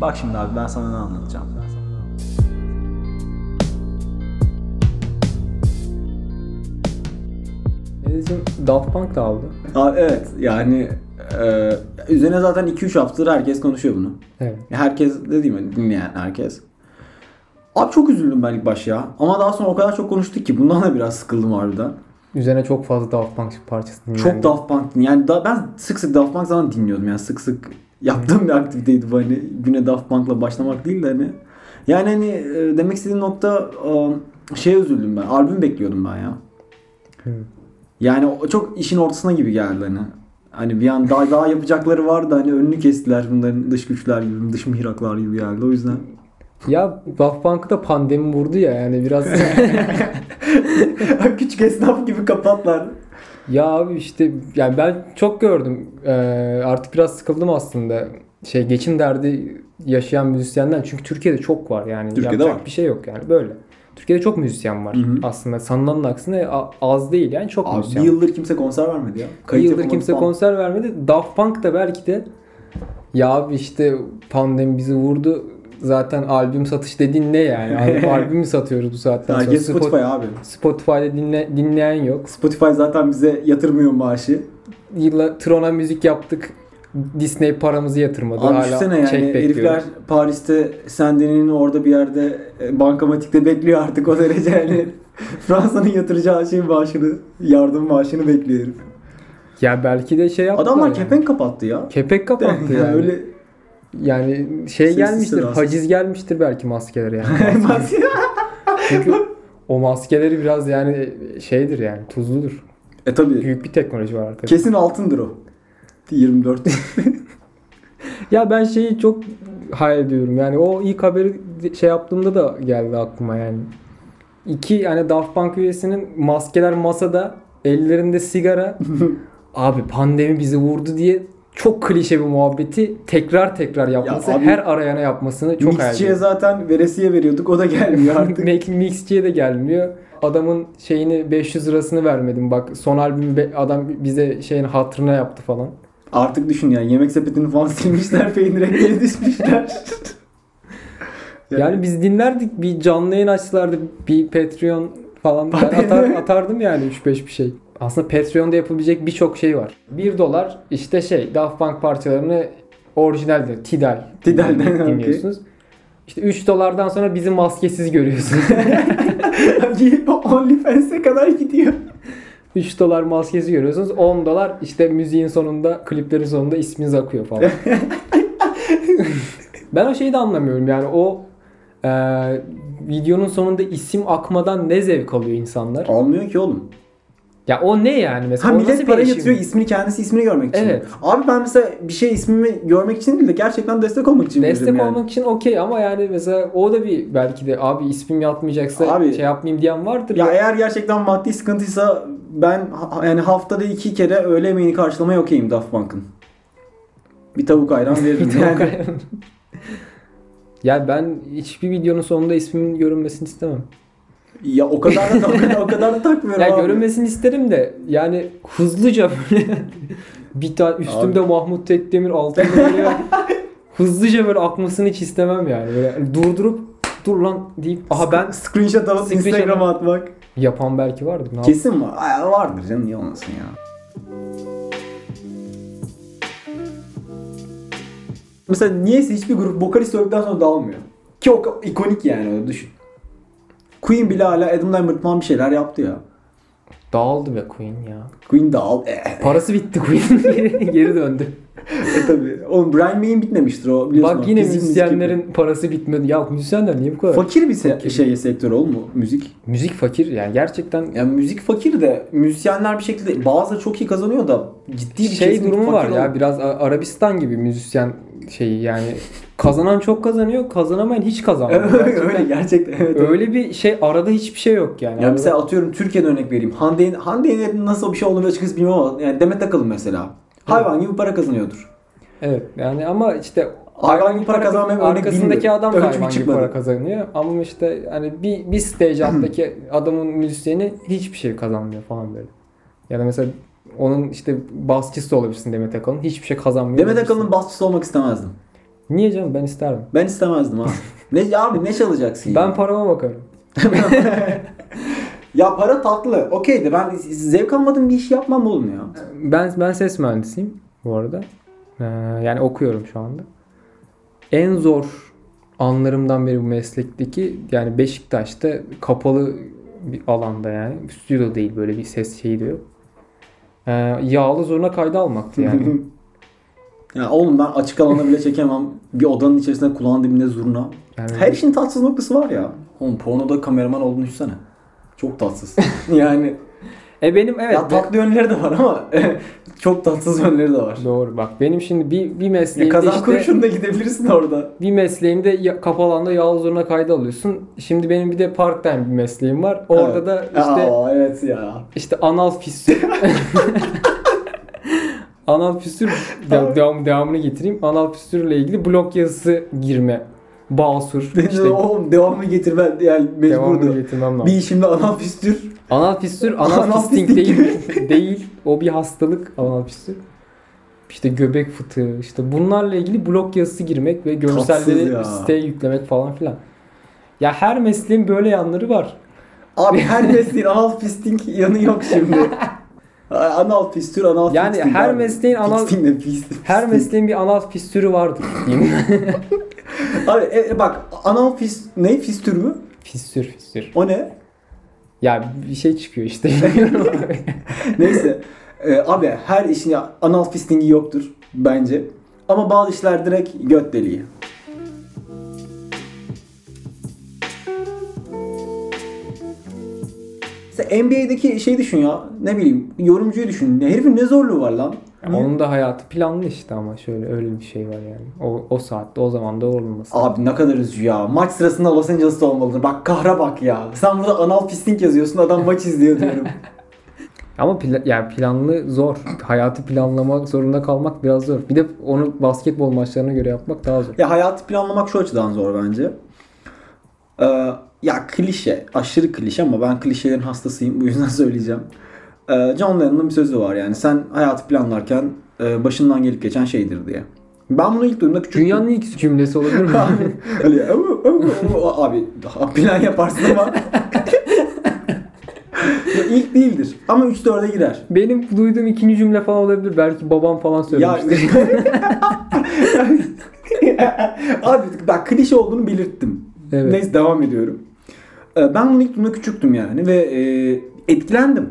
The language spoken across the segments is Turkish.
Bak şimdi abi ben sana ne anlatacağım. Edison Daft Punk da aldı. Abi evet yani e, üzerine zaten 2-3 haftadır herkes konuşuyor bunu. Evet. Herkes dediğim gibi dinleyen herkes. Abi çok üzüldüm ben ilk baş ya. Ama daha sonra o kadar çok konuştuk ki bundan da biraz sıkıldım harbiden. Üzerine çok fazla Daft Punk parçası dinlendi. Çok Daft Punk din- yani da, ben sık sık Daft Punk zaten dinliyordum yani sık sık yaptığım bir aktiviteydi bu hani güne Daft Punk'la başlamak değil de hani. Yani hani e, demek istediğim nokta e, şeye üzüldüm ben. Albüm bekliyordum ben ya. Hı. Yani o- çok işin ortasına gibi geldi hani. Hani bir an daha daha yapacakları vardı hani önünü kestiler bunların dış güçler gibi, dış mihraklar gibi geldi o yüzden. Ya Daft Punk'ı da pandemi vurdu ya yani biraz. Küçük esnaf gibi kapatlar. ya abi işte yani ben çok gördüm. Ee, artık biraz sıkıldım aslında. Şey geçim derdi yaşayan müzisyenden çünkü Türkiye'de çok var yani. Türkiye'de Yapacak var. bir şey yok yani böyle. Türkiye'de çok müzisyen var Hı hı. aslında. Sanılanın aksine a- az değil yani çok Abi bir müzisyen. var. yıldır kimse konser vermedi ya. Bir Kayıt yıldır yapamadı kimse falan. konser vermedi. Daft Punk da belki de ya abi işte pandemi bizi vurdu. Zaten albüm satış dediğin ne yani? Albüm, albümü satıyoruz bu saatten sonra. Herkes Spotify Spot- abi. Spotify'da dinle, dinleyen yok. Spotify zaten bize yatırmıyor maaşı. Yılla Tron'a müzik yaptık. Disney paramızı yatırmadı. Abi Hala düşünsene yani çek bekliyor. herifler Paris'te Sendenin'in orada bir yerde e, bankamatikte bekliyor artık o derece yani. Fransa'nın yatıracağı şey maaşını, yardım maaşını bekliyor herif. Ya belki de şey yaptılar. Adamlar yani. kepenk kapattı ya. Kepek kapattı Yani yani. öyle Yani şey Sessiz gelmiştir, sedasız. haciz gelmiştir belki maskelere yani. Mas- Çünkü o maskeleri biraz yani şeydir yani tuzludur. e tabi Büyük bir teknoloji var arkada. kesin altındır o. 24. Ya ben şeyi çok hayal ediyorum. Yani o ilk haberi şey yaptığımda da geldi aklıma yani. İki yani Daft Punk üyesinin maskeler masada, ellerinde sigara. Abi pandemi bizi vurdu diye çok klişe bir muhabbeti tekrar tekrar yapması, abi, her arayana yapmasını çok hayal Mixçiye ediyorum. zaten veresiye veriyorduk o da gelmiyor artık. Make- Mixçiye de gelmiyor. Adamın şeyini 500 lirasını vermedim bak son albümü be- adam bize şeyin hatırına yaptı falan. artık düşün yani yemek sepetini falan silmişler peynir ekleri dizmişler. Yani biz dinlerdik bir canlı yayın açsalardı bir Patreon falan ben Patreon. atar, atardım yani 3-5 bir şey. Aslında Patreon'da yapılabilecek birçok şey var. 1 dolar işte şey Daft Punk parçalarını orijinalde Tidal Tidal'den, dinli- dinliyorsunuz. İşte 3 dolardan sonra bizi maskesiz görüyorsunuz. OnlyFans'e kadar gidiyor. 3 dolar maskesiz görüyorsunuz. 10 dolar işte müziğin sonunda, kliplerin sonunda isminiz akıyor falan. ben o şeyi de anlamıyorum yani o e, videonun sonunda isim akmadan ne zevk alıyor insanlar? Almıyor ki oğlum. Ya o ne yani mesela? Ha o millet nasıl bir para işim? yatırıyor ismini kendisi ismini görmek için. Evet. Abi ben mesela bir şey ismimi görmek için değil de gerçekten destek olmak için Destek veririm yani. olmak için okey ama yani mesela o da bir belki de abi ismim yatmayacaksa Abi- şey yapmayayım diyen vardır. Ya eğer gerçekten maddi sıkıntıysa ben ha- yani haftada iki kere öğle yemeğini karşılamaya okeyim Daft Punk'ın. Bir tavuk ayran veririm yani. ya ben hiçbir videonun sonunda ismimin görünmesini istemem. Ya o kadar da o kadar, o kadar da takmıyorum Ya abi. görünmesini isterim de yani hızlıca böyle bir tane üstümde Mahmut Tekdemir altında böyle hızlıca böyle akmasını hiç istemem yani. Böyle hani durdurup dur lan deyip aha ben Screenshot alıp Screenshot- Instagram'a atmak. yapan belki vardır. Ne yap- Kesin var. Ay, vardır canım niye olmasın ya. Mesela niyeyse hiçbir grup vokalist öldükten sonra dağılmıyor. Ki o ka- ikonik yani öyle düşün. Queen bile hala Adam Lambert falan bir şeyler yaptı ya. Dağıldı be Queen ya. Queen dağıl. Eh, Parası bitti Queen geri, geri döndü. e tabii. Oğlum Brian May'in bitmemiştir o biliyorsun. Bak o yine fizik müzik müzisyenlerin parası bitmedi. Ya müzisyenler niye bu gibi. kadar? Fakir bir se- şey sektör oğlum bu müzik. Müzik fakir yani gerçekten Yani müzik fakir de müzisyenler bir şekilde bazıları çok iyi kazanıyor da ciddi bir şey kesim durumu var fakir ya oluyor. biraz A- Arabistan gibi müzisyen şeyi yani kazanan çok kazanıyor kazanamayan hiç kazanmıyor. öyle gerçekten. Evet, evet. Öyle bir şey arada hiçbir şey yok yani. Ya Arada- mesela atıyorum Türkiye'den örnek vereyim. Hande, Yener- Hande Yener'in nasıl bir şey olduğunu açıkçası bilmem ama yani Demet Akalın mesela. Hayvan gibi para kazanıyordur. evet yani ama işte Hayvan gibi para kazanmayan örnek arkasındaki bilmiyorum. adam da Ölçümü hayvan gibi çıkmadı. para kazanıyor ama işte hani bir bir stage alttaki adamın müzisyeni hiçbir şey kazanmıyor falan böyle. Ya da mesela onun işte basçısı olabilirsin Demet Akalın. Hiçbir şey kazanmıyor. Demet olabilirsin. Akalın'ın basçısı olmak istemezdim. Niye canım ben isterdim. Ben istemezdim abi. ne ya abi ne çalacaksın? Ben ya? parama bakarım. ya para tatlı. Okey de ben zevk almadığım bir iş yapmam oğlum ya. Ben ben ses mühendisiyim bu arada. Ee, yani okuyorum şu anda. En zor anlarımdan biri bu meslekteki yani Beşiktaş'ta kapalı bir alanda yani. Stüdyo değil böyle bir ses şeyi de yok. Ee, yağlı zoruna kayda almaktı yani. Ya oğlum ben açık alana bile çekemem. Bir odanın içerisinde kulağın dibinde zurna. Yani- Her işin tatsız noktası var ya. Oğlum pornoda kameraman olduğunu düşünsene. Çok tatsız. yani e benim evet ya tatlı yönleri de var ama çok tatsız yönleri de var. doğru bak benim şimdi bir bir Ya mesleğimde kazan işte- kurşunla gidebilirsin orada. bir mesleğimde ya- kapalı alanda yağlı zoruna kayda alıyorsun. Şimdi benim bir de part time bir mesleğim var. Orada Evet. da işte Aa, evet ya. İşte anal fissür. anal fissür de- devam, devamını getireyim. Anal fissürle ilgili blog yazısı girme. Basur. İşte işte oğlum devamı getir ben yani devamını mecburdu. getirmem lazım. Bir işimde ana püstür. Anal fissür, Anal anal fisting fisting. değil. değil. O bir hastalık anal fissür. İşte göbek fıtığı, işte bunlarla ilgili blog yazısı girmek ve Tatsız görselleri ya. siteye yüklemek falan filan. Ya her mesleğin böyle yanları var. Abi her mesleğin anal fisting yanı yok şimdi. anal püstür, anal Yani fisting her abi. mesleğin anal- Fisting de fisting. Her mesleğin bir anal fissürü vardır diyeyim. Abi e, e, bak anal fis ne fistür mü? fissür, fissür. O ne? Ya bir şey çıkıyor işte. bilmiyorum. Neyse. E, abi her işin ya- anal fistingi yoktur bence. Ama bazı işler direkt göt deliği. Mesela NBA'deki şey düşün ya. Ne bileyim yorumcuyu düşün. Ya Herifin ne zorluğu var lan? Ama onun da hayatı planlı işte ama şöyle öyle bir şey var yani. O, o saatte o zaman da olması. Abi ne kadar üzücü ya. Maç sırasında Los Angeles'ta olmalıdır. Bak kahra bak ya. Sen burada anal fisting yazıyorsun adam maç izliyor diyorum. Ama pla- yani planlı zor. Hayatı planlamak zorunda kalmak biraz zor. Bir de onu basketbol maçlarına göre yapmak daha zor. Ya hayatı planlamak şu açıdan zor bence. Ee, ya klişe, aşırı klişe ama ben klişelerin hastasıyım bu yüzden söyleyeceğim. Ee, John Lennon'ın bir sözü var yani sen hayatı planlarken e, başından gelip geçen şeydir diye. Ben bunu ilk duyduğumda Hani, küçük... Dünyanın ilk cümlesi olabilir mi? Öyle ya, "Avu, avu, avu." abi daha plan yaparsın ama... Ya ilk değildir ama 3-4'e girer. Benim duyduğum ikinci cümle falan olabilir. Belki babam falan Ya, söylemiştir. Abi bak klişe olduğunu belirttim. Evet. Neyse devam ediyorum. Ee, Ben bunu ilk duyduğumda küçüktüm yani ve e, etkilendim.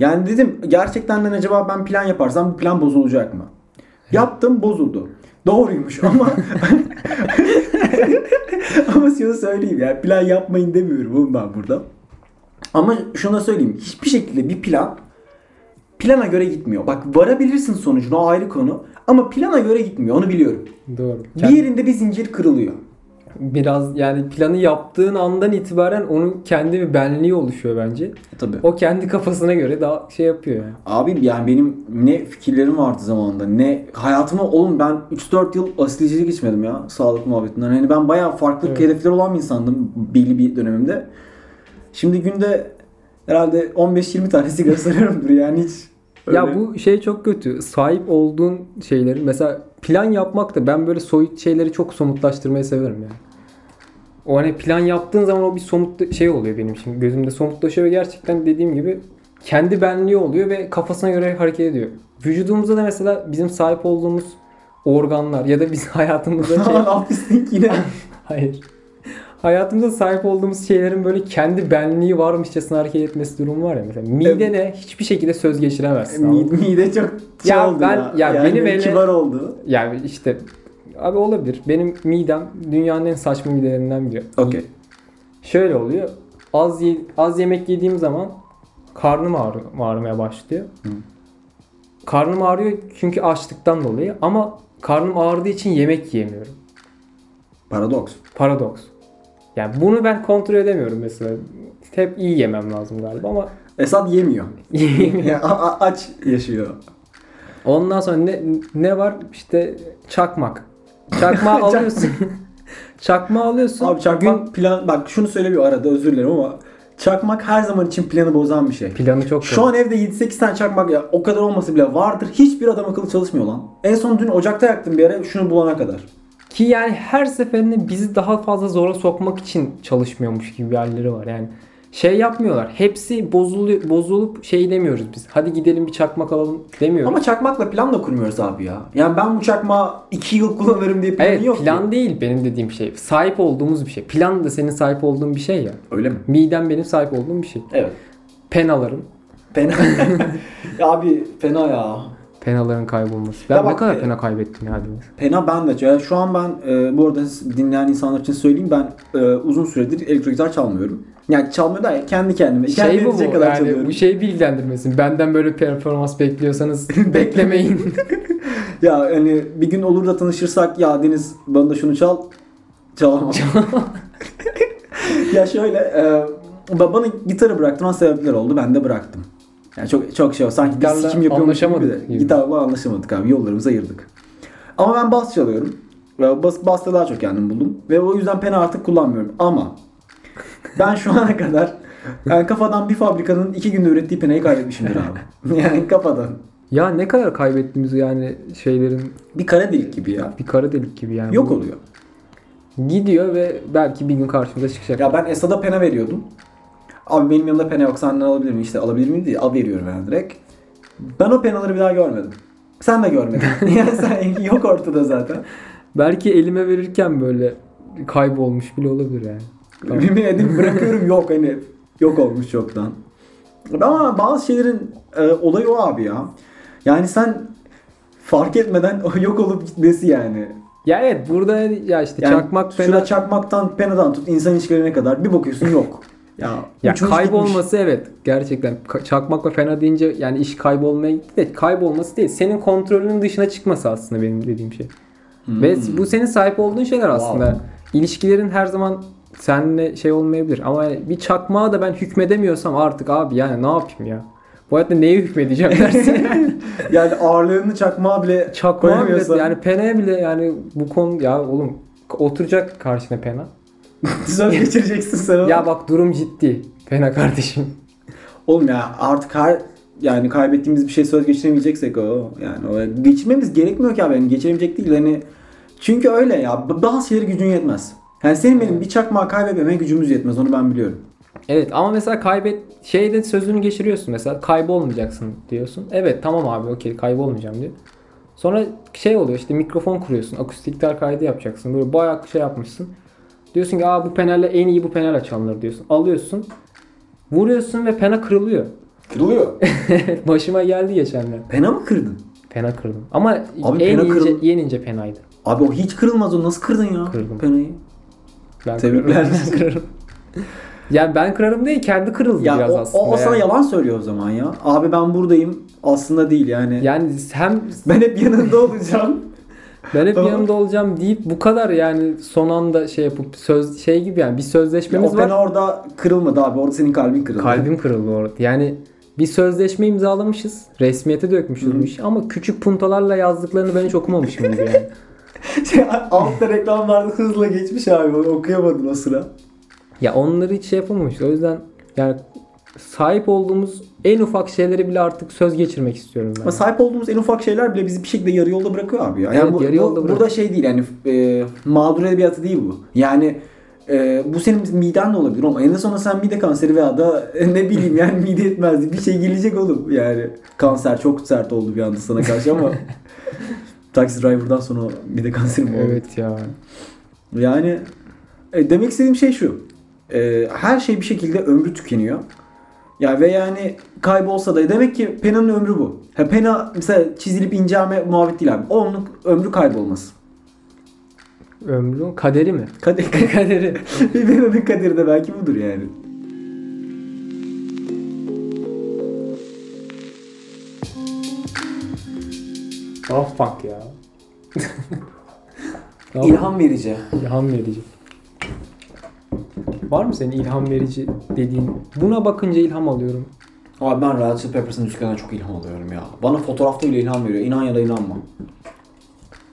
Yani dedim gerçekten de acaba ben plan yaparsam bu plan bozulacak mı? Yaptım bozuldu. Doğruymuş ama ama şunu söyleyeyim yani plan yapmayın demiyorum oğlum ben burada. Ama şunu da söyleyeyim hiçbir şekilde bir plan plana göre gitmiyor. Bak varabilirsin sonucuna o ayrı konu ama plana göre gitmiyor onu biliyorum. Doğru. Bir yerinde bir zincir kırılıyor. Biraz yani planı yaptığın andan itibaren onun kendi bir benliği oluşuyor bence. Tabii. O kendi kafasına göre daha şey yapıyor yani. Abi yani benim ne fikirlerim vardı zamanında ne hayatıma oğlum ben 3-4 yıl asilcilik geçmedim ya sağlık muhabbetinden. Hani ben bayağı farklı Evet. hedefleri olan bir insandım belli bir dönemimde. Şimdi günde herhalde 15-20 tane sigara sarıyorumdur yani hiç. Ya öyle- bu şey çok kötü. Sahip olduğun şeyleri mesela plan yapmak da ben böyle soyut şeyleri çok somutlaştırmayı severim yani. O hani plan yaptığın zaman o bir somut şey oluyor benim için. Gözümde somutlaşıyor ve gerçekten dediğim gibi kendi benliği oluyor ve kafasına göre hareket ediyor. Vücudumuzda da mesela bizim sahip olduğumuz organlar ya da biz hayatımızda şey... Lan hapislik yine. Hayır. Hayatımızda sahip olduğumuz şeylerin böyle kendi benliği varmışçasına hareket etmesi durumu var ya mesela. Midene hiçbir şekilde söz geçiremezsin. anladın mı? Mide, mide çok şey Ya oldu ben- ya Yani benim ele- kibar oldu. Yani işte abi olabilir. Benim midem dünyanın en saçma midelerinden biri. Okey. Şöyle oluyor. Az ye- az yemek yediğim zaman karnım ağrı, ağrımaya başlıyor. Karnım ağrıyor çünkü açlıktan dolayı ama karnım ağrıdığı için yemek yiyemiyorum. Paradoks. Paradoks. Yani bunu ben kontrol edemiyorum mesela. Hep iyi yemem lazım galiba ama Esat yemiyor. Yani a- a- aç yaşıyor. Ondan sonra ne ne var? İşte çakmak. Çakmağı alıyorsun. çakmağı alıyorsun. Abi çakmak plan bak şunu söyle bir arada özür dilerim ama çakmak her zaman için planı bozan bir şey. Gün planı çok Şu an evde 7-8 tane çakmak ya o kadar olmasa bile vardır. Hiçbir adam akıllı çalışmıyor lan. En son dün ocakta yaktım bir ara şunu bulana kadar. Ki yani her seferinde bizi daha fazla zora sokmak için çalışmıyormuş gibi yerleri var. Yani şey yapmıyorlar. Hepsi bozuluyor, bozulup şey demiyoruz biz. Hadi gidelim bir çakmak alalım demiyoruz. Ama çakmakla plan da kurmuyoruz abi ya. Yani ben bu çakmağı 2 yıl kullanırım diye planı evet şey yok. ki. plan değil benim dediğim şey. Sahip olduğumuz bir şey. Plan da senin sahip olduğun bir şey ya. Öyle mi? Midem benim sahip olduğum bir şey. Evet. Penalarım. Fena. ya abi fena ya. Penaların kaybolması. Ben Ya ne bak, kadar e- pena kaybettim ya deniz. Fena ben de. Yani şu an ben e, bu arada siz dinleyen insanlar için söyleyeyim ben e, uzun süredir elektro gitar çalmıyorum. Yani çalmıyor da kendi kendime. kendi Şey bu edecek bu kadar yani çalıyorum. bu şey bilgilendirmesin. Benden böyle performans bekliyorsanız beklemeyin. Ya hani bir gün olur da tanışırsak ya Deniz bana da şunu çal. Çalamam. ya şöyle e, babana gitarı bıraktığına sebepler oldu. Ben de bıraktım. Yani çok çok şey var. Sanki biz Gitarla kim yapıyormuş gibi anlaşamadık de gibi. Gitarla anlaşamadık abi. Yollarımızı ayırdık. Ama ben bas çalıyorum. Ve Bas, basta daha çok kendim buldum. Ve o yüzden pena artık kullanmıyorum. Ama ben şu ana kadar yani kafadan bir fabrikanın iki günde ürettiği penayı kaybetmişimdir abi. yani kafadan. ya ne kadar kaybettiğimiz yani şeylerin Bir kara delik gibi ya. bir kara delik gibi yani. Yok Bu oluyor. Gidiyor ve belki bir gün karşımıza çıkacak. Ya ben Esad'a pena veriyordum. Abi benim yanımda pena yok senden alabilir miyim işte alabilir miyim diye al veriyorum ben direkt. Ben o penaları bir daha görmedim. Sen de görmedin. yani sen yok ortada zaten. Belki elime verirken böyle kaybolmuş bile olabilir yani. Tamam. Yemin edeyim bırakıyorum yok hani yok olmuş çoktan. Ama bazı şeylerin e, olayı o abi ya. Yani sen fark etmeden yok olup gitmesi yani. Ya evet burada ya işte yani E, çakmak şurada fena. çakmaktan penadan tut insan ilişkilerine kadar bir bakıyorsun yok. Ya, Ya ucumuz kaybolması gitmiş. evet gerçekten Ka- çakmakla fena deyince yani iş kaybolmaya gitti de kaybolması değil. Senin kontrolünün dışına çıkması aslında benim dediğim şey. Ve bu senin sahip olduğun şeyler aslında. İlişkilerin her zaman seninle şey olmayabilir ama yani bir çakmağa da ben hükmedemiyorsam artık abi yani ne yapayım ya? Bu hayatta neye hükmedeceğim dersin yani. Yani ağırlığını çakmağa bile Çakmağa bile koyamıyorsan- yani peneye bile yani bu konu ya oğlum oturacak karşına pena. Söz geçireceksin sen onu. Ya bak durum ciddi. Pena kardeşim. Oğlum ya artık her yani kaybettiğimiz bir şey söz geçiremeyeceksek o yani o, geçirmemiz gerekmiyor ki abi yani geçiremeyecek değil hani çünkü öyle ya b- bazı şeylere gücün yetmez. Yani senin benim bir çakmağı kaybetmeme gücümüz yetmez onu ben biliyorum. Evet ama mesela kaybet şeyde sözünü geçiriyorsun mesela kaybolmayacaksın diyorsun. Evet tamam abi okey kaybolmayacağım diyor. Sonra şey oluyor işte mikrofon kuruyorsun. Akustik gitar kaydı yapacaksın. Böyle bayağı şey yapmışsın. Diyorsun ki aa bu penalle en iyi bu penayla çalınır diyorsun. Alıyorsun. Vuruyorsun ve pena kırılıyor. Kırılıyor. Başıma geldi geçenler. Pena mı kırdın? Pena kırdım. Ama Abi en pena ince, kırıl- en ince penaydı. Abi o hiç kırılmaz o nasıl kırdın ya Kırdım. penayı? Ben Tebrikler. kırarım, ben kırarım. yani ben kırarım değil kendi kırıldı Ya biraz o, aslında. o, o sana yani. yalan söylüyor o zaman ya. Abi ben buradayım aslında değil yani. yani hem Ben hep yanında olacağım. ben hep Tamam. yanımda olacağım deyip bu kadar yani son anda şey yapıp söz şey gibi yani bir sözleşmemiz o var. pena orada kırılmadı abi. Orada senin kalbin kırıldı. Kalbim kırıldı orada. Yani bir sözleşme imzalamışız. Resmiyete dökmüşüz bu işi ama küçük puntalarla yazdıklarını ben hiç okumamışım gibi yani. Şey, altta reklamlarda hızla geçmiş abi. onu Okuyamadın o sıra. Ya onları hiç şey yapamamış. O yüzden yani sahip olduğumuz en ufak şeylere bile artık söz geçirmek istiyorum ben. Ama sahip olduğumuz en ufak şeyler bile bizi bir şekilde yarı yolda bırakıyor abi ya. Yani Evet, bu, yarı bu- yolda bırakıyor. burada şey değil yani e, mağdur edebiyatı değil bu. Yani e, bu senin miden de olabilir ama en sonunda sen mide kanseri veya da e, ne bileyim yani mide yetmezliği bir şey gelecek oğlum. Yani kanser çok sert oldu bir anda sana karşı ama Taxi Driver'dan sonra mide kanseri mi oldu? evet ya. Yani e, demek istediğim şey şu. E, her şey bir şekilde ömrü tükeniyor. Ya ve yani kaybolsa da e, demek ki Pena'nın ömrü bu. Ha Pena mesela çizilip incelme muhabbet değil abi. Onun ömrü kaybolması. Ömrü kaderi mi? Kader, kaderi. bir Pena'nın kaderi de belki budur yani. Daft Punk ya. Tamam. İlham verici. İlham verici. Var mı senin ilham verici dediğin? Buna bakınca ilham alıyorum. Abi ben Red Hot Peppers'ın müziklerinden çok ilham alıyorum ya. Bana fotoğrafta bile ilham veriyor. İnan ya da inanma.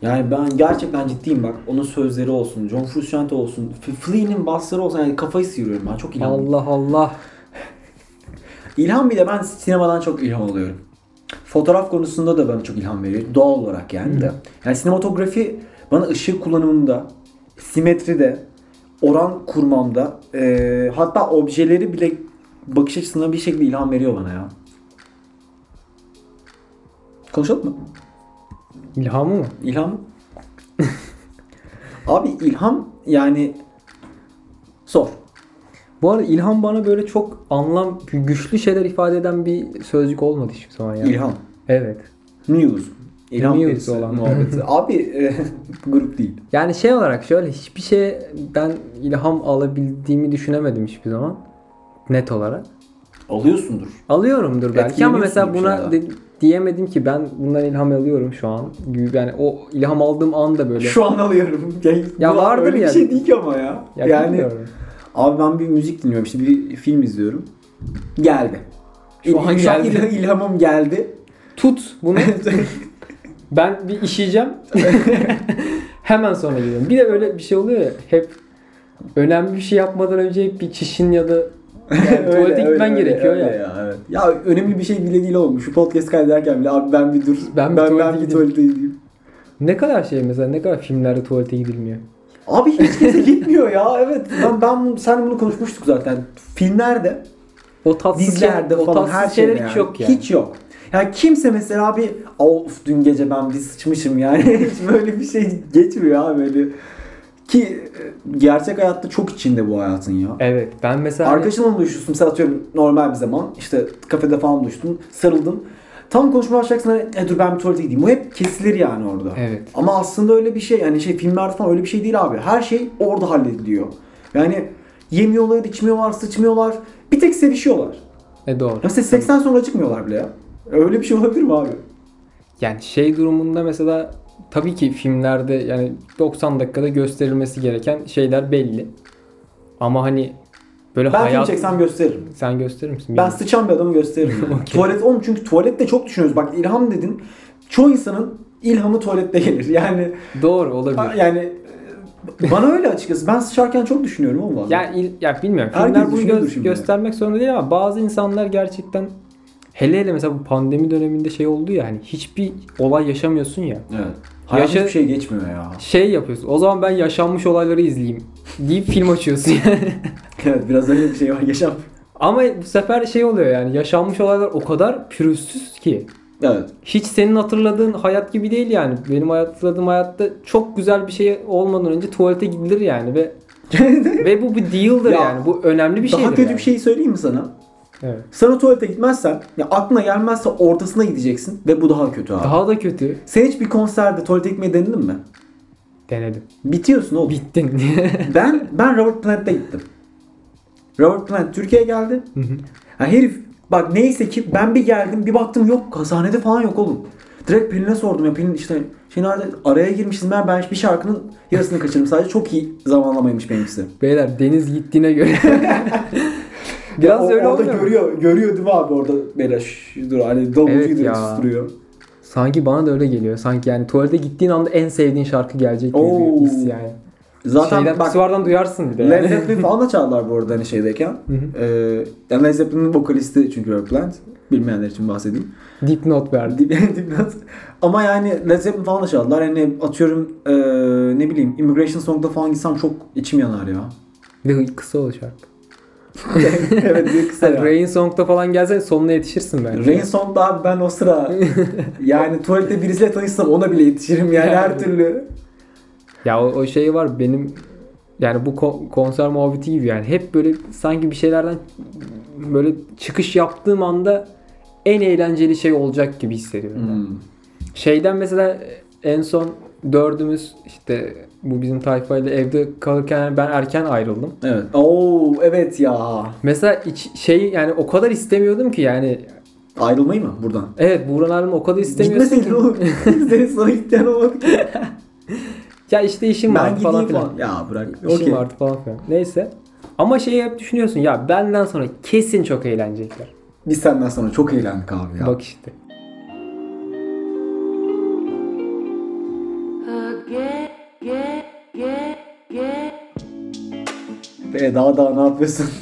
Yani ben gerçekten ciddiyim bak. Onun sözleri olsun, John Frusciante olsun, F- Flea'nin basları olsun. Yani kafayı sıyırıyorum ben. Çok ilham. Allah Allah. İlham bir de ben sinemadan çok ilham alıyorum. Fotoğraf konusunda da bana çok ilham veriyor. Doğal olarak yani de. Yani sinematografi bana bana ışık kullanımında, simetride, oran kurmamda e, hatta objeleri bile bakış açısına bir şekilde ilham veriyor bana ya. Konuşalım mı? İlhamı mı? İlham. Abi ilham yani sor. Bu arada ilham bana böyle çok anlam, güçlü şeyler ifade eden bir sözcük olmadı hiçbir zaman yani. İlham. Evet. News. İlham Muse verisi olan. muhabbeti. Abi e, grup değil. Yani şey olarak şöyle hiçbir şeyden ilham alabildiğimi düşünemedim hiçbir zaman. Net olarak. Alıyorsundur. Alıyorumdur belki ama Etkileniyorsun mesela bir buna şeyden. de- diyemedim ki ben bundan ilham alıyorum şu an. Yani o ilham aldığım anda böyle. Şu an alıyorum. Ya, Ya bu vardır öyle yani. bir şey değil ki ama ya. Ya yani bilmiyorum. abi ben bir müzik dinliyorum işte bir film izliyorum. Geldi. Şu İl- an şu an geldi. il- ilhamım geldi. tut bunu. ben bir işeyeceğim. Hemen sonra gidiyorum. Bir de öyle bir şey oluyor ya hep önemli bir şey yapmadan önce hep bir çişin ya da yani tuvalete Öyle, gitmen öyle, gerekiyor öyle ya. evet. Ya önemli bir şey bile değil oğlum. Şu podcast kaydederken bile abi ben bir dur. Ben Ben, bir ben, tuvalete bir gideyim. tuvalete gideyim. Ne kadar şey mesela ne kadar filmlerde tuvalete gidilmiyor. Abi hiç kimse gitmiyor ya. Evet. Ben, ben sen bunu konuşmuştuk zaten. Filmlerde O tatsız dizilerde şey- o falan tatsız her şeyler şeyde hiç yani. yok yani. Hiç yok. Yani kimse mesela bir of dün gece ben bir sıçmışım yani hiç böyle bir şey geçmiyor abi böyle. Ki e, gerçek hayatta çok içinde bu hayatın ya. Evet ben mesela Arkadaşınla mı buluşuyorsun? Mesela atıyorum normal bir zaman işte kafede falan buluştun, sarıldın. Tam konuşma başlayacaksın hani "E, dur ben bir tuvalete gideyim. Bu hep kesilir yani orada. Evet. Ama aslında öyle bir şey yani şey filmlerde falan öyle bir şey değil abi. Her şey orada hallediliyor. Yani yemiyorlar, içmiyorlar, sıçmıyorlar. Bir tek sevişiyorlar. E doğru. Ya Mesela 80 sonra çıkmıyorlar bile ya. Öyle bir şey olabilir mi abi? Yani şey durumunda mesela tabii ki filmlerde yani 90 dakikada gösterilmesi gereken şeyler belli. Ama hani böyle Ben hayat film çeksem gösteririm. sen gösterir misin? Ben Bilmiyorum. sıçan bir adamı gösteririm. Okey. Tuvalet oğlum çünkü tuvalette çok düşünüyoruz. Bak ilham dedin. Çoğu insanın ilhamı tuvalette gelir. Yani Doğru olabilir. yani e, bana öyle açıkçası. Ben sıçarken çok düşünüyorum oğlum bazen. Ya, il- ya bilmiyorum. Herkes Filmler bunu düşünüyordur gö- şimdi. göstermek zorunda değil ama bazı insanlar gerçekten hele hele mesela bu pandemi döneminde şey oldu ya hani hiçbir olay yaşamıyorsun ya. Evet. Hayat Yaşa- hiçbir şey geçmiyor ya. Şey yapıyorsun. O zaman ben yaşanmış olayları izleyeyim deyip film açıyorsun yani. Evet biraz öyle bir şey var. Yaşam. ama bu sefer şey oluyor yani yaşanmış olaylar o kadar pürüzsüz ki. Evet. Hiç senin hatırladığın hayat gibi değil yani. Benim hatırladığım hayatta çok güzel bir şey olmadan önce tuvalete gidilir yani ve ve bu bir deal'dır Ya, yani. Bu önemli bir şey. Daha kötü yani. bir şey söyleyeyim mi sana? Evet. Sana tuvalete gitmezsen, ya aklına gelmezse ortasına gideceksin ve bu daha kötü abi. Daha da kötü. Sen hiç bir konserde tuvalete gitmeyi denedin mi? Denedim. Bitiyorsun oğlum. Bittin. ben ben Robert Plant'te gittim. Robert Plant Türkiye'ye geldi. Ha herif bak neyse ki ben bir geldim bir baktım yok kazanede falan yok oğlum. Direkt Pelin'e sordum ya Pelin işte şey nerede araya girmişiz ben ben bir şarkının yarısını kaçırdım sadece çok iyi zamanlamaymış benimkisi. Beyler deniz gittiğine göre. Biraz O- öyle orada oluyor. mu? görüyor, görüyor değil mi abi orada böyle şş, dur hani davulcu Evet gibi ya. susturuyor. Sanki bana da öyle geliyor. Sanki yani tuvalete gittiğin anda en sevdiğin şarkı gelecek gibi Oo. bir his yani. Zaten Şeyden, bak kusurlardan duyarsın bir de. Led Yani. Zeppelin falan da çaldılar bu arada hani şeydeyken. Hı hı. ee, yani Led Zeppelin'in vokalisti çünkü Robert Plant. Bilmeyenler için bahsedeyim. Deep note verdi. Dip- dipnot. Ama yani Led Zeppelin falan da çaldılar. Yani atıyorum eee, ne bileyim Immigration Song'da falan gitsem çok içim yanar ya. Bir de kısa o şarkı. evet bir kısa Sen ya. Rain Song'da falan gelsen sonuna yetişirsin bence. Rain Song'da abi ben o sıra yani tuvalette birisiyle tanışsam ona bile yetişirim yani her türlü. Ya o, o şey var benim yani bu ko- konser muhabbeti gibi yani hep böyle sanki bir şeylerden böyle çıkış yaptığım anda en eğlenceli şey olacak gibi hissediyorum. ben. Hmm. Şeyden mesela en son dördümüz işte bu bizim tayfayla evde kalırken ben erken ayrıldım. Evet. Oo evet ya. Mesela iç, şey yani o kadar istemiyordum ki yani Ayrılmayı mı buradan? evet Buğran Arım o kadar istemiyorsun Gitmeseydin ki. oğlum. Senin sana gittiğin olmadı. ki. Ya işte işim Ben var falan gideyim filan. falan. Ya bırak. İşim Okey. vardı falan filan. Neyse. Ama şeyi hep düşünüyorsun ya benden sonra kesin çok eğlenecekler. Biz senden sonra çok eğlendik abi ya. Bak işte. Again, again, again, again. E daha daha ne yapıyorsun?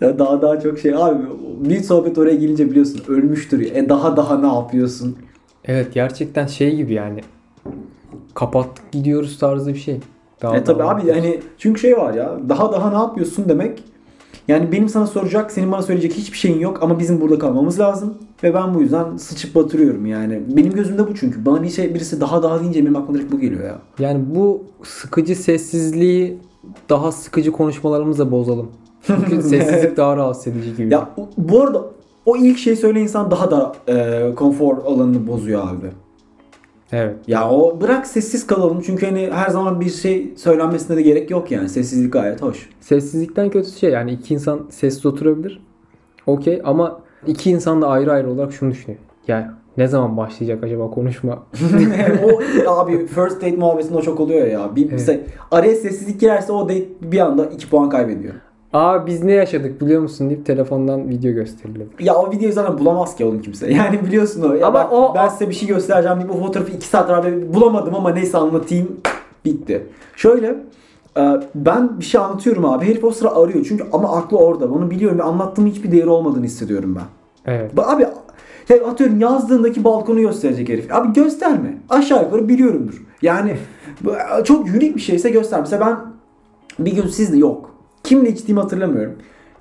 Ya daha daha çok şey abi bir sohbet oraya gelince biliyorsun ölmüştür ya. E daha daha ne yapıyorsun? Evet gerçekten şey gibi yani. kapattık gidiyoruz tarzı bir şey. Daha- E tabi daha- abi hani çünkü şey var ya daha daha ne yapıyorsun demek. Yani benim sana soracak, senin bana söyleyecek hiçbir şeyin yok ama bizim burada kalmamız lazım. Ve ben bu yüzden sıçıp batırıyorum yani. Benim gözümde bu çünkü. Bana bir şey birisi daha daha deyince benim aklıma direkt bu geliyor ya. Yani bu sıkıcı sessizliği daha sıkıcı konuşmalarımızla bozalım. Çünkü sessizlik daha rahatsız edici gibi. Ya o- bu arada o ilk şey söyle insan daha da e, konfor alanını bozuyor abi. Evet. Ya o bırak sessiz kalalım çünkü hani her zaman bir şey söylenmesine de gerek yok yani. Sessizlik gayet hoş. Sessizlikten kötüsü şey yani iki insan sessiz oturabilir. Okey ama iki insan da ayrı ayrı olarak şunu düşünüyor. Ya ne zaman başlayacak acaba konuşma? o abi first date muhabbetinde o çok oluyor ya. Bir, Evet. mesela araya sessizlik girerse o date bir anda 2 puan kaybediyor. Aa biz ne yaşadık biliyor musun deyip telefondan video gösterelim. Ya o videoyu zaten bulamaz ki oğlum kimse. Yani biliyorsun o. Ya Ama bak, o- ben size bir şey göstereceğim diye bu fotoğrafı 2 saat abi bulamadım ama neyse anlatayım. Bitti. Şöyle e, ben bir şey anlatıyorum abi. Herif o sıra arıyor çünkü ama aklı orada. Onu biliyorum ve anlattığım hiçbir değeri olmadığını hissediyorum ben. Evet. Ba- Abi ya atıyorum yazdığındaki balkonu gösterecek herif. Abi gösterme. Aşağı yukarı biliyorumdur. Yani bu- çok yürek bir şeyse göster. Mesela ben bir gün sizde yok. Kimle içtiğimi hatırlamıyorum.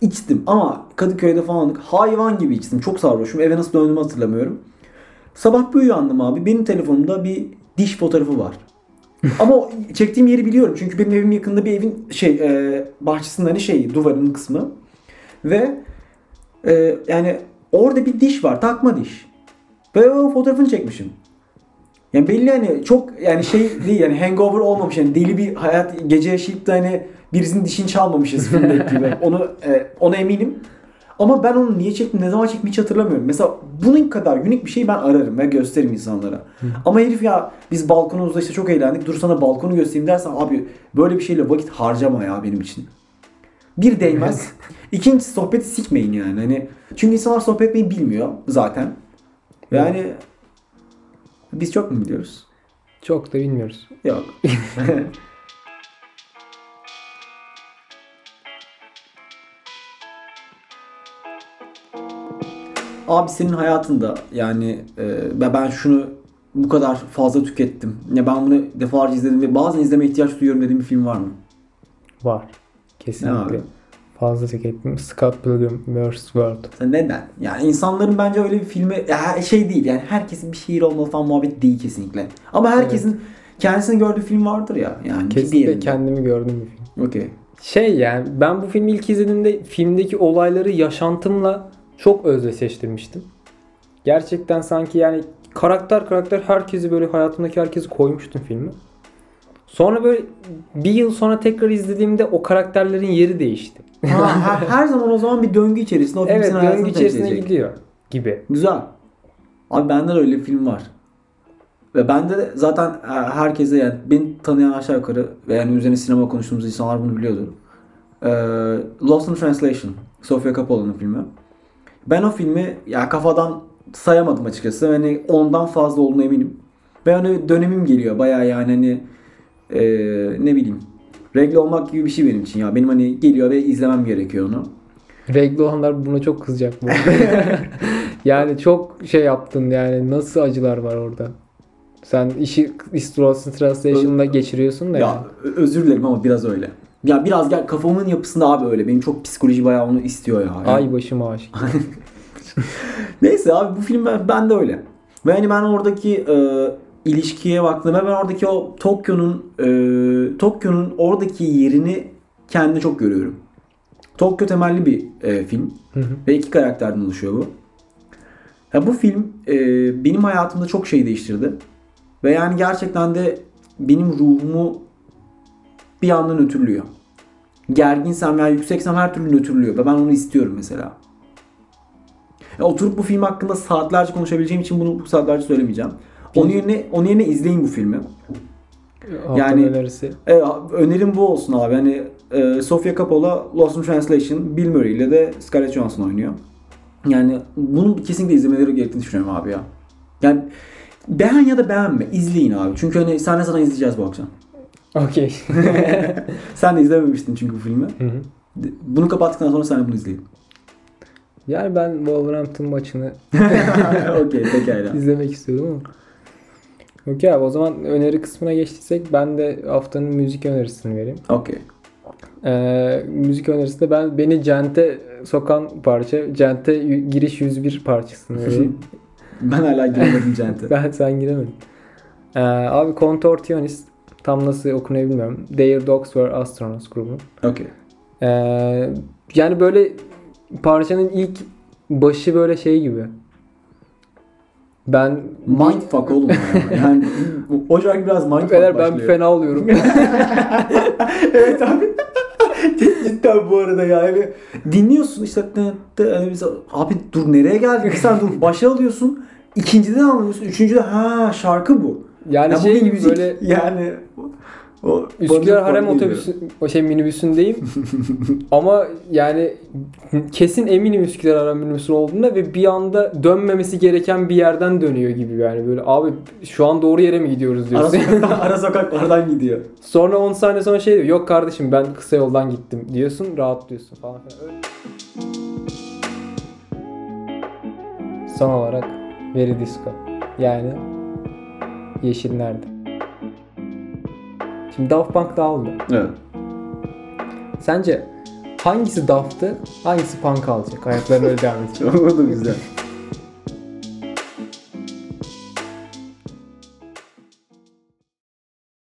İçtim ama Kadıköy'de falanlık hayvan gibi içtim. Çok sarhoşum. Eve nasıl döndüğümü hatırlamıyorum. Sabah bir uyandım abi. Benim telefonumda bir diş fotoğrafı var. Ama o çektiğim yeri biliyorum. Çünkü benim evim yakında bir evin şey e, bahçesinde hani şey duvarının kısmı. Ve e, yani orada bir diş var. Takma diş. Ve o fotoğrafını çekmişim. Yani belli hani çok yani şey değil yani hangover olmamış yani deli bir hayat gece yaşayıp da hani birisinin dişini çalmamışız filmdeki gibi. Onu e, ona eminim. Ama ben onu niye çektim, ne zaman çektim hiç hatırlamıyorum. Mesela bunun kadar unik bir şeyi ben ararım ve gösteririm insanlara. Ama herif ya biz balkonumuzda işte çok eğlendik. Dur sana balkonu göstereyim dersen abi böyle bir şeyle vakit harcama ya benim için. Bir değmez. İkincisi sohbeti sikmeyin yani. Hani çünkü insanlar sohbet etmeyi bilmiyor zaten. Yani biz çok mu biliyoruz? Çok da bilmiyoruz. Yok. Abi senin hayatında yani e, ben- ben şunu bu kadar fazla tükettim. Ya ben bunu defalarca izledim ve bazen izleme ihtiyaç duyuyorum dediğim bir film var mı? Var. Ne Kesinlikle. abi? Fazla tükettim. Scott Pilgrim vs. World. Sen Neden? Yani insanların bence öyle bir filmi ya şey değil yani herkesin bir şiir olmalı falan muhabbet değil kesinlikle. Ama herkesin kendisini gördüğü film vardır ya. Yani bir Kesinlikle yerinde. kendimi gördüm bir film. Okey. Şey yani ben bu filmi ilk izlediğimde filmdeki olayları yaşantımla çok özdeşleştirmiştim. Gerçekten sanki yani karakter karakter herkesi böyle hayatımdaki herkesi koymuştum filmi. Sonra böyle bir yıl sonra tekrar izlediğimde o karakterlerin yeri değişti. Ha, her, her zaman o zaman bir döngü içerisinde o film evet senin hayatını döngü içerisine temsil edecek. gidiyor gibi. Güzel. Abi bende de öyle bir film var. Ve bende de zaten e, herkese yani beni tanıyan aşağı yukarı ve yani üzerine sinema konuştuğumuz insanlar bunu biliyordu. Ee, Lost in Translation. Sofia Coppola'nın filmi. Ben o filmi ya kafadan sayamadım açıkçası. Hani ondan fazla olduğuna eminim. Ve hani dönemim geliyor baya yani hani e, ne bileyim regle olmak gibi bir şey benim için ya. Benim hani geliyor ve izlemem gerekiyor onu. Renkli olanlar buna çok kızacak bu. arada. yani çok şey yaptın yani nasıl acılar var orada. Sen işi Lost in Translation'da geçiriyorsun da. yani. Ya ö- özür dilerim ama biraz öyle. Ya biraz gel kafamın yapısında abi öyle. Benim çok psikoloji bayağı onu istiyor ya. Yani. Ay başıma aşık. Neyse abi bu film ben, ben de öyle. Ve hani ben oradaki e, ilişkiye baktığımda ben oradaki o Tokyo'nun e, Tokyo'nun oradaki yerini kendimde çok görüyorum. Tokyo temelli bir e, film. Ve iki karakterden oluşuyor bu. Ya bu film e, benim hayatımda çok şey değiştirdi. Ve yani gerçekten de benim ruhumu bir yandan ötürlüyor. Gerginsem veya yükseksem her türlü ötürlüyor. Ve ben onu istiyorum mesela. Ya oturup bu film hakkında saatlerce konuşabileceğim için bunu bu saatlerce söylemeyeceğim. Onun yerine, onun yerine izleyin bu filmi. Yani- yani önerisi. Evet, önerim bu olsun abi. Hani e, Sofia Coppola Lost in Translation, Bill Murray ile de Scarlett Johansson oynuyor. Yani bunu kesinlikle izlemeleri gerektiğini düşünüyorum abi ya. Yani beğen ya da beğenme izleyin abi. Çünkü hani sahne sana izleyeceğiz bu akşam. Okey. Sen de izlememiştin çünkü bu filmi. Bunu kapattıktan sonra sen de bunu izleyin. yani ben Wolverhampton maçını Okey pekala. izlemek istiyordum ama. Okey abi o zaman öneri kısmına geçtiysek ben de haftanın müzik önerisini vereyim. Okey. Ee, müzik önerisinde ben beni Cente sokan parça, Cente y- giriş 101 parçasını vereyim. Ben hala giremedim Cente. ben sen giremedin. Ee, abi Contortionist tam nasıl okunuyor bilmiyorum. Their Dogs Were Astronauts grubu. Okey. Ee, yani böyle parçanın ilk başı böyle şey gibi. Ben Mindfuck oğlum ya. Yani bu- o şarkı biraz mindfuck Beyler ben başlıyor. fena oluyorum. evet abi. Cidden bu arada ya. Yani dinliyorsun işte tı- tı- hani biz, abi dur nereye geldik sen dur başa alıyorsun. İkinciden anlıyorsun. Üçüncüde ha şarkı bu. yani Ya bu şey bir gibi müzik. böyle yani o, Üsküdar Harem geliyor. otobüsü o şey minibüsündeyim. Ama yani kesin eminim Üsküdar Harem minibüsü olduğuna ve bir anda dönmemesi gereken bir yerden dönüyor gibi yani böyle abi şu an doğru yere mi gidiyoruz Ara, diyorsun. sokaktan, ara sokaklardan gidiyor. sonra 10 saniye sonra şey diyor yok kardeşim ben kısa yoldan gittim diyorsun rahatlıyorsun falan filan. Öyle. Son olarak Veri Disco yani Yeşil nerede? Şimdi Daft Punk dağıldı. Evet. Sence hangisi daftı, hangisi punk alacak? Hayatlarına öyle devam edecek. O da güzel.